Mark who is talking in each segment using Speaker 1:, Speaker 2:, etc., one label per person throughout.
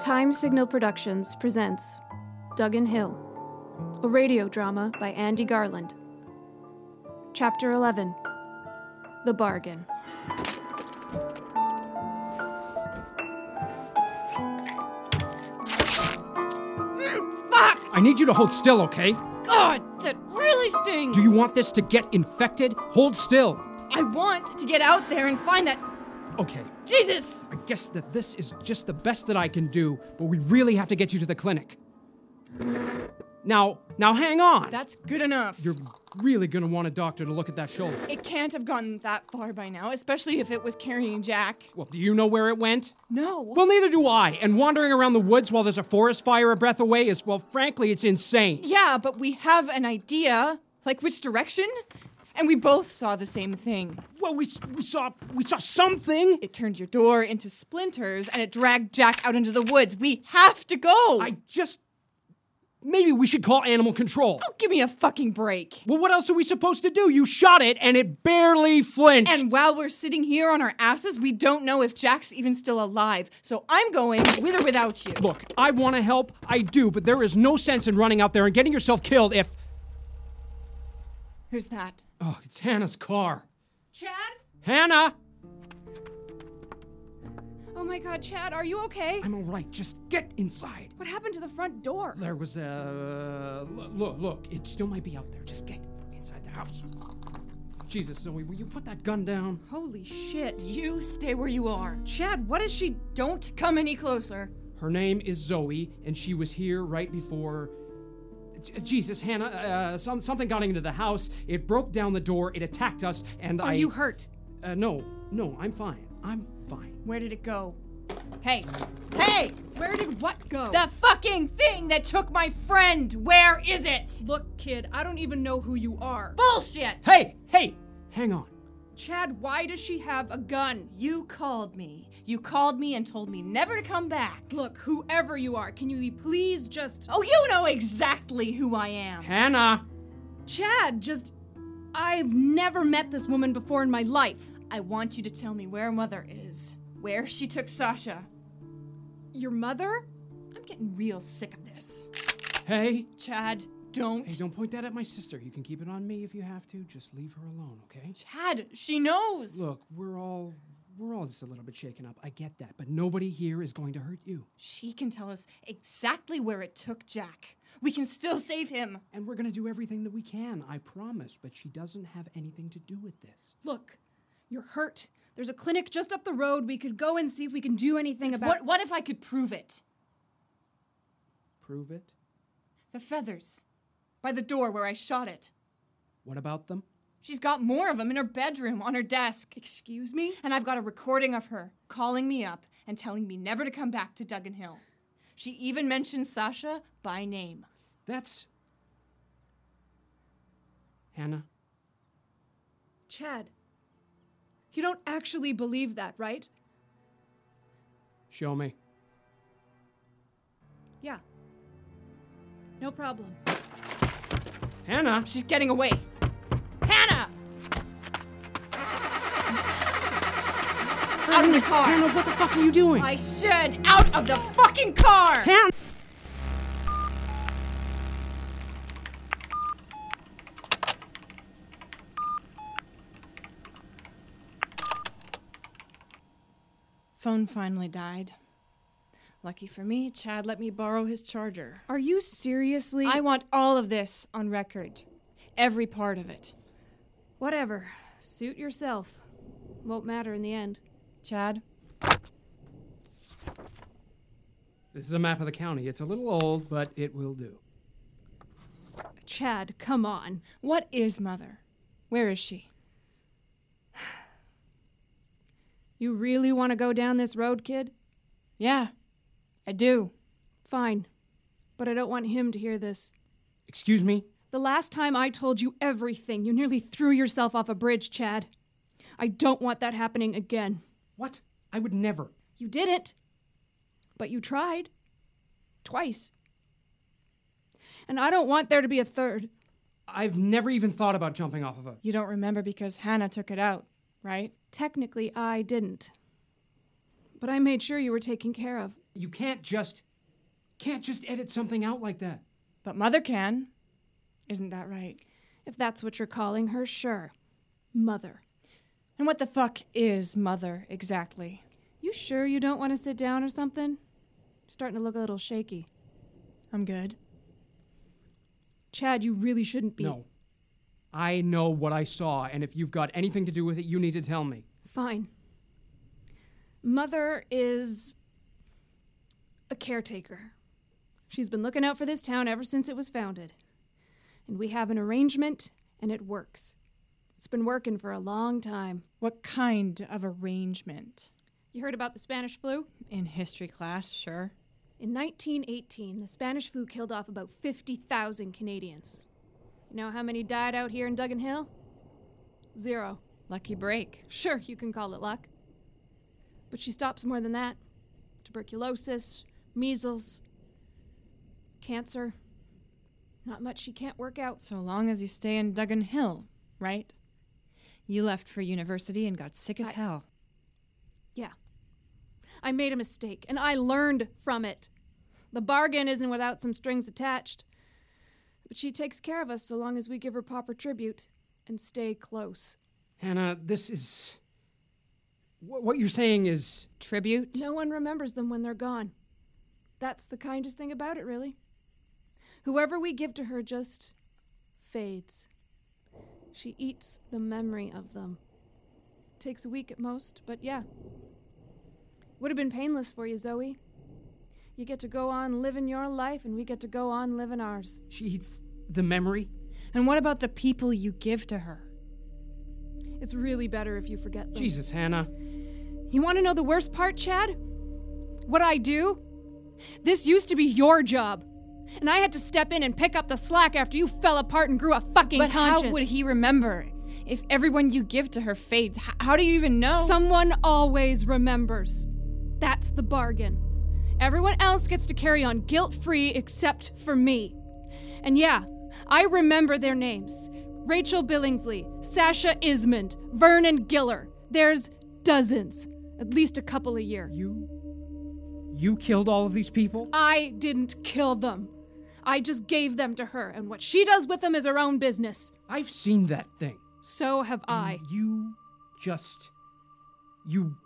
Speaker 1: Time Signal Productions presents Duggan Hill, a radio drama by Andy Garland. Chapter 11 The Bargain.
Speaker 2: Fuck!
Speaker 3: I need you to hold still, okay?
Speaker 2: God, that really stings!
Speaker 3: Do you want this to get infected? Hold still.
Speaker 2: I want to get out there and find that.
Speaker 3: Okay.
Speaker 2: Jesus!
Speaker 3: I guess that this is just the best that I can do, but we really have to get you to the clinic. Now, now hang on.
Speaker 2: That's good enough.
Speaker 3: You're really going to want a doctor to look at that shoulder.
Speaker 2: It can't have gotten that far by now, especially if it was carrying Jack.
Speaker 3: Well, do you know where it went?
Speaker 2: No.
Speaker 3: Well, neither do I. And wandering around the woods while there's a forest fire a breath away is, well, frankly, it's insane.
Speaker 2: yeah, but we have an idea, like which direction? And we both saw the same thing.
Speaker 3: Well, we, s- we saw we saw something.
Speaker 2: It turned your door into splinters and it dragged Jack out into the woods. We have to go!
Speaker 3: I just maybe we should call animal control.
Speaker 2: Give me a fucking break.
Speaker 3: Well, what else are we supposed to do? You shot it and it barely flinched.
Speaker 2: And while we're sitting here on our asses, we don't know if Jack's even still alive. So I'm going with or without you.
Speaker 3: Look, I want to help, I do, but there is no sense in running out there and getting yourself killed if.
Speaker 2: Who's that?
Speaker 3: Oh, it's Hannah's car.
Speaker 2: Chad?
Speaker 3: Hannah!
Speaker 2: Oh my god, Chad, are you okay?
Speaker 3: I'm alright, just get inside.
Speaker 2: What happened to the front door?
Speaker 3: There was a. Look, look, it still might be out there. Just get inside the house. Jesus, Zoe, will you put that gun down?
Speaker 1: Holy shit.
Speaker 2: You stay where you are.
Speaker 1: Chad, what is she?
Speaker 2: Don't come any closer.
Speaker 3: Her name is Zoe, and she was here right before. J- Jesus, Hannah, uh, some, something got into the house. It broke down the door, it attacked us, and I.
Speaker 2: Are you hurt?
Speaker 3: Uh, no, no, I'm fine. I'm fine.
Speaker 2: Where did it go? Hey, hey!
Speaker 1: Where did what go?
Speaker 2: The fucking thing that took my friend! Where is it?
Speaker 1: Look, kid, I don't even know who you are.
Speaker 2: Bullshit!
Speaker 3: Hey, hey, hang on.
Speaker 1: Chad, why does she have a gun?
Speaker 2: You called me. You called me and told me never to come back.
Speaker 1: Look, whoever you are, can you please just.
Speaker 2: Oh, you know exactly who I am.
Speaker 3: Hannah!
Speaker 1: Chad, just. I've never met this woman before in my life.
Speaker 2: I want you to tell me where Mother is, where she took Sasha.
Speaker 1: Your mother?
Speaker 2: I'm getting real sick of this.
Speaker 3: Hey!
Speaker 2: Chad, don't.
Speaker 3: Hey, don't point that at my sister. You can keep it on me if you have to. Just leave her alone, okay?
Speaker 2: Chad, she knows.
Speaker 3: Look, we're all we're all just a little bit shaken up. I get that, but nobody here is going to hurt you.
Speaker 2: She can tell us exactly where it took Jack. We can still save him.
Speaker 3: And we're going to do everything that we can, I promise, but she doesn't have anything to do with this.
Speaker 1: Look, you're hurt. There's a clinic just up the road. We could go and see if we can do anything about.
Speaker 2: What, what if I could prove it?
Speaker 3: Prove it.
Speaker 2: The feathers. By the door where I shot it.
Speaker 3: What about them?
Speaker 2: She's got more of them in her bedroom, on her desk.
Speaker 1: Excuse me?
Speaker 2: And I've got a recording of her calling me up and telling me never to come back to Duggan Hill. She even mentioned Sasha by name.
Speaker 3: That's Hannah.
Speaker 1: Chad, you don't actually believe that, right?
Speaker 3: Show me.
Speaker 1: Yeah. No problem.
Speaker 3: Hannah.
Speaker 2: She's getting away. Hannah! Out of the car!
Speaker 3: Hannah, what the fuck are you doing?
Speaker 2: I said out of the fucking car!
Speaker 3: Hannah.
Speaker 2: Phone finally died. Lucky for me, Chad let me borrow his charger.
Speaker 1: Are you seriously?
Speaker 2: I want all of this on record. Every part of it.
Speaker 1: Whatever. Suit yourself. Won't matter in the end.
Speaker 2: Chad?
Speaker 3: This is a map of the county. It's a little old, but it will do.
Speaker 1: Chad, come on.
Speaker 2: What is Mother? Where is she?
Speaker 1: You really want to go down this road, kid?
Speaker 2: Yeah, I do.
Speaker 1: Fine. But I don't want him to hear this.
Speaker 3: Excuse me?
Speaker 1: The last time I told you everything, you nearly threw yourself off a bridge, Chad. I don't want that happening again.
Speaker 3: What? I would never.
Speaker 1: You didn't. But you tried. Twice. And I don't want there to be a third.
Speaker 3: I've never even thought about jumping off of a.
Speaker 2: You don't remember because Hannah took it out, right?
Speaker 1: Technically, I didn't. But I made sure you were taken care of.
Speaker 3: You can't just can't just edit something out like that.
Speaker 2: But Mother can. Isn't that right?
Speaker 1: If that's what you're calling her, sure. Mother.
Speaker 2: And what the fuck is Mother exactly?
Speaker 1: You sure you don't want to sit down or something? You're starting to look a little shaky.
Speaker 2: I'm good.
Speaker 1: Chad, you really shouldn't be.
Speaker 3: No. I know what I saw, and if you've got anything to do with it, you need to tell me.
Speaker 1: Fine. Mother is a caretaker. She's been looking out for this town ever since it was founded. And we have an arrangement, and it works. It's been working for a long time.
Speaker 2: What kind of arrangement?
Speaker 1: You heard about the Spanish flu?
Speaker 2: In history class, sure.
Speaker 1: In 1918, the Spanish flu killed off about 50,000 Canadians. You know how many died out here in Duggan Hill? Zero.
Speaker 2: Lucky break.
Speaker 1: Sure, you can call it luck. But she stops more than that tuberculosis, measles, cancer. Not much she can't work out.
Speaker 2: So long as you stay in Duggan Hill, right? You left for university and got sick as
Speaker 1: I-
Speaker 2: hell.
Speaker 1: Yeah. I made a mistake, and I learned from it. The bargain isn't without some strings attached. But she takes care of us so long as we give her proper tribute and stay close.
Speaker 3: Hannah, this is. wh- What you're saying is.
Speaker 2: Tribute?
Speaker 1: No one remembers them when they're gone. That's the kindest thing about it, really. Whoever we give to her just fades. She eats the memory of them. Takes a week at most, but yeah. Would have been painless for you, Zoe. You get to go on living your life, and we get to go on living ours.
Speaker 3: She eats the memory?
Speaker 2: And what about the people you give to her?
Speaker 1: It's really better if you forget them.
Speaker 3: Jesus, Hannah.
Speaker 1: You want to know the worst part, Chad? What I do? This used to be your job. And I had to step in and pick up the slack after you fell apart and grew a fucking
Speaker 2: But
Speaker 1: conscience.
Speaker 2: how would he remember? If everyone you give to her fades, h- how do you even know?
Speaker 1: Someone always remembers. That's the bargain. Everyone else gets to carry on guilt free except for me. And yeah, I remember their names Rachel Billingsley, Sasha Ismond, Vernon Giller. There's dozens, at least a couple a year.
Speaker 3: You. You killed all of these people?
Speaker 1: I didn't kill them. I just gave them to her, and what she does with them is her own business.
Speaker 3: I've seen that thing.
Speaker 1: So have I.
Speaker 3: You just. You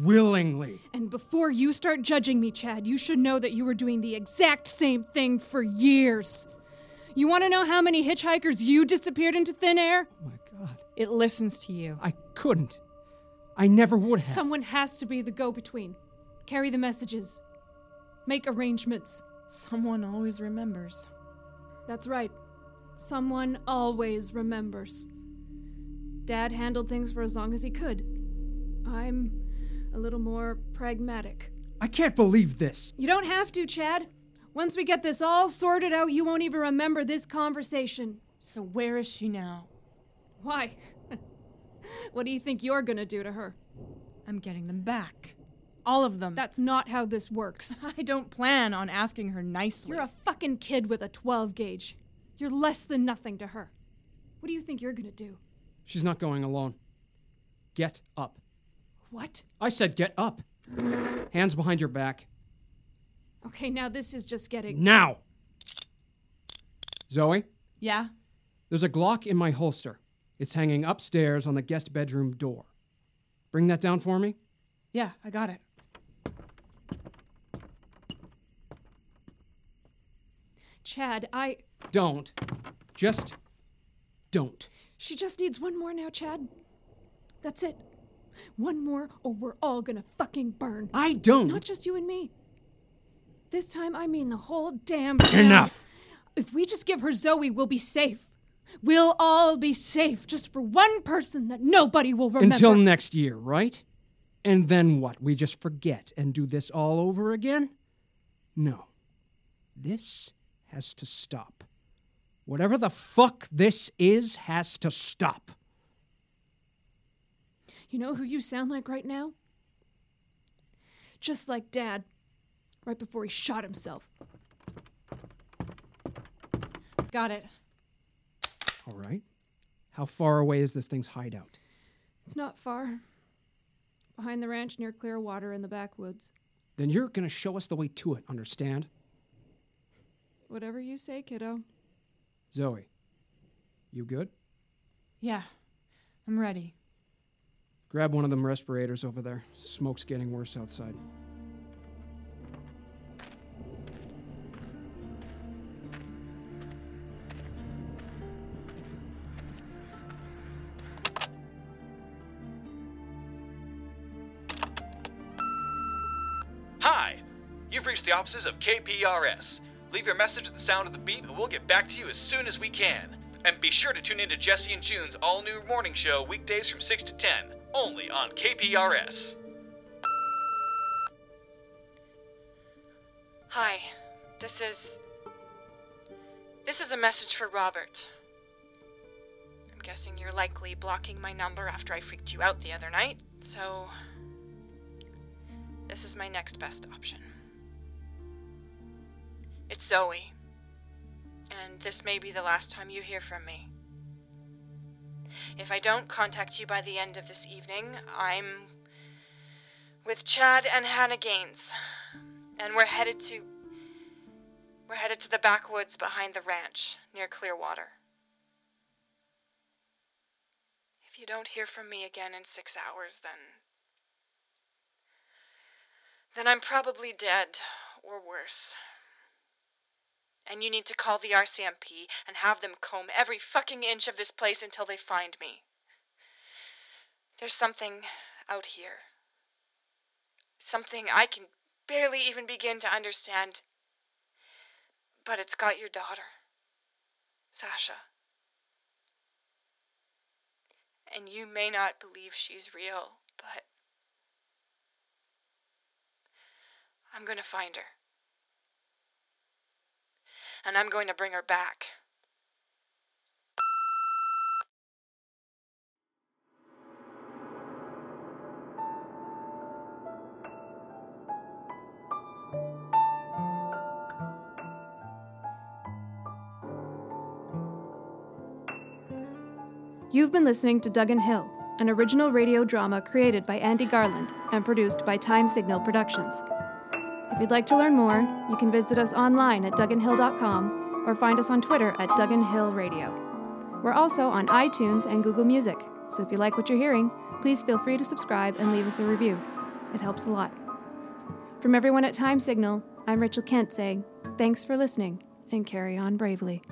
Speaker 3: willingly.
Speaker 1: And before you start judging me, Chad, you should know that you were doing the exact same thing for years. You want to know how many hitchhikers you disappeared into thin air?
Speaker 3: Oh my god.
Speaker 2: it listens to you.
Speaker 3: I couldn't. I never would have.
Speaker 1: Someone has to be the go between. Carry the messages, make arrangements.
Speaker 2: Someone always remembers.
Speaker 1: That's right. Someone always remembers. Dad handled things for as long as he could. I'm a little more pragmatic.
Speaker 3: I can't believe this.
Speaker 1: You don't have to, Chad. Once we get this all sorted out, you won't even remember this conversation.
Speaker 2: So where is she now?
Speaker 1: Why? what do you think you're gonna do to her?
Speaker 2: I'm getting them back. All of them.
Speaker 1: That's not how this works.
Speaker 2: I don't plan on asking her nicely.
Speaker 1: You're a fucking kid with a 12 gauge. You're less than nothing to her. What do you think you're gonna do?
Speaker 3: She's not going alone. Get up.
Speaker 1: What?
Speaker 3: I said get up. Hands behind your back.
Speaker 1: Okay, now this is just getting.
Speaker 3: Now! Zoe,
Speaker 2: yeah?
Speaker 3: there's a Glock in my holster. It's hanging upstairs on the guest bedroom door. Bring that down for me?
Speaker 2: Yeah, I got it.
Speaker 1: Chad, I.
Speaker 3: Don't. Just don't.
Speaker 1: She just needs one more now, Chad. That's it. One more, or we're all gonna fucking burn.
Speaker 3: I don't.
Speaker 1: Not just you and me. This time, I mean the whole damn. town.
Speaker 3: Enough.
Speaker 1: If we just give her Zoe, we'll be safe. We'll all be safe just for one person that nobody will remember.
Speaker 3: Until next year, right? And then what? We just forget and do this all over again? No. This has to stop. Whatever the fuck this is has to stop.
Speaker 1: you know who you sound like right now? Just like Dad, right before he shot himself.
Speaker 2: Got it.
Speaker 3: All right. How far away is this thing's hideout?
Speaker 1: It's not far. Behind the ranch near Clearwater in the backwoods.
Speaker 3: then you're going to show us the way to it, understand?
Speaker 4: Whatever you say, kiddo.
Speaker 3: Zoe, you good?
Speaker 5: Yeah, I'm ready.
Speaker 3: Grab one of them respirators over there. Smoke's getting worse outside.
Speaker 6: Hi! You've reached the offices of KPRS. Leave your message at the sound of the beep and we'll get back to you as soon as we can. And be sure to tune in to Jesse and June's all new morning show weekdays from 6 to 10, only on KPRS.
Speaker 2: Hi, this is. This is a message for Robert. I'm guessing you're likely blocking my number after I freaked you out the other night, so. This is my next best option. It's Zoe. And this may be the last time you hear from me. If I don't contact you by the end of this evening, I'm. with Chad and Hannah Gaines and we're headed to we're headed to the backwoods behind the ranch near Clearwater. If you don't hear from me again in 6 hours then then I'm probably dead or worse. And you need to call the RCMP and have them comb every fucking inch of this place until they find me. There's something out here. Something I can barely even begin to understand. But it's got your daughter, Sasha. And you may not believe she's real, but I'm going to find her. And I'm going to bring her back.
Speaker 4: You've been listening to Duggan Hill, an original radio drama created by Andy Garland and produced by Time Signal Productions. If you'd like to learn more, you can visit us online at dugganhill.com or find us on Twitter at Duggan Hill Radio. We're also on iTunes and Google Music, so if you like what you're hearing, please feel free to subscribe and leave us a review. It helps a lot. From everyone at Time Signal, I'm Rachel Kent saying, thanks for listening and carry on bravely.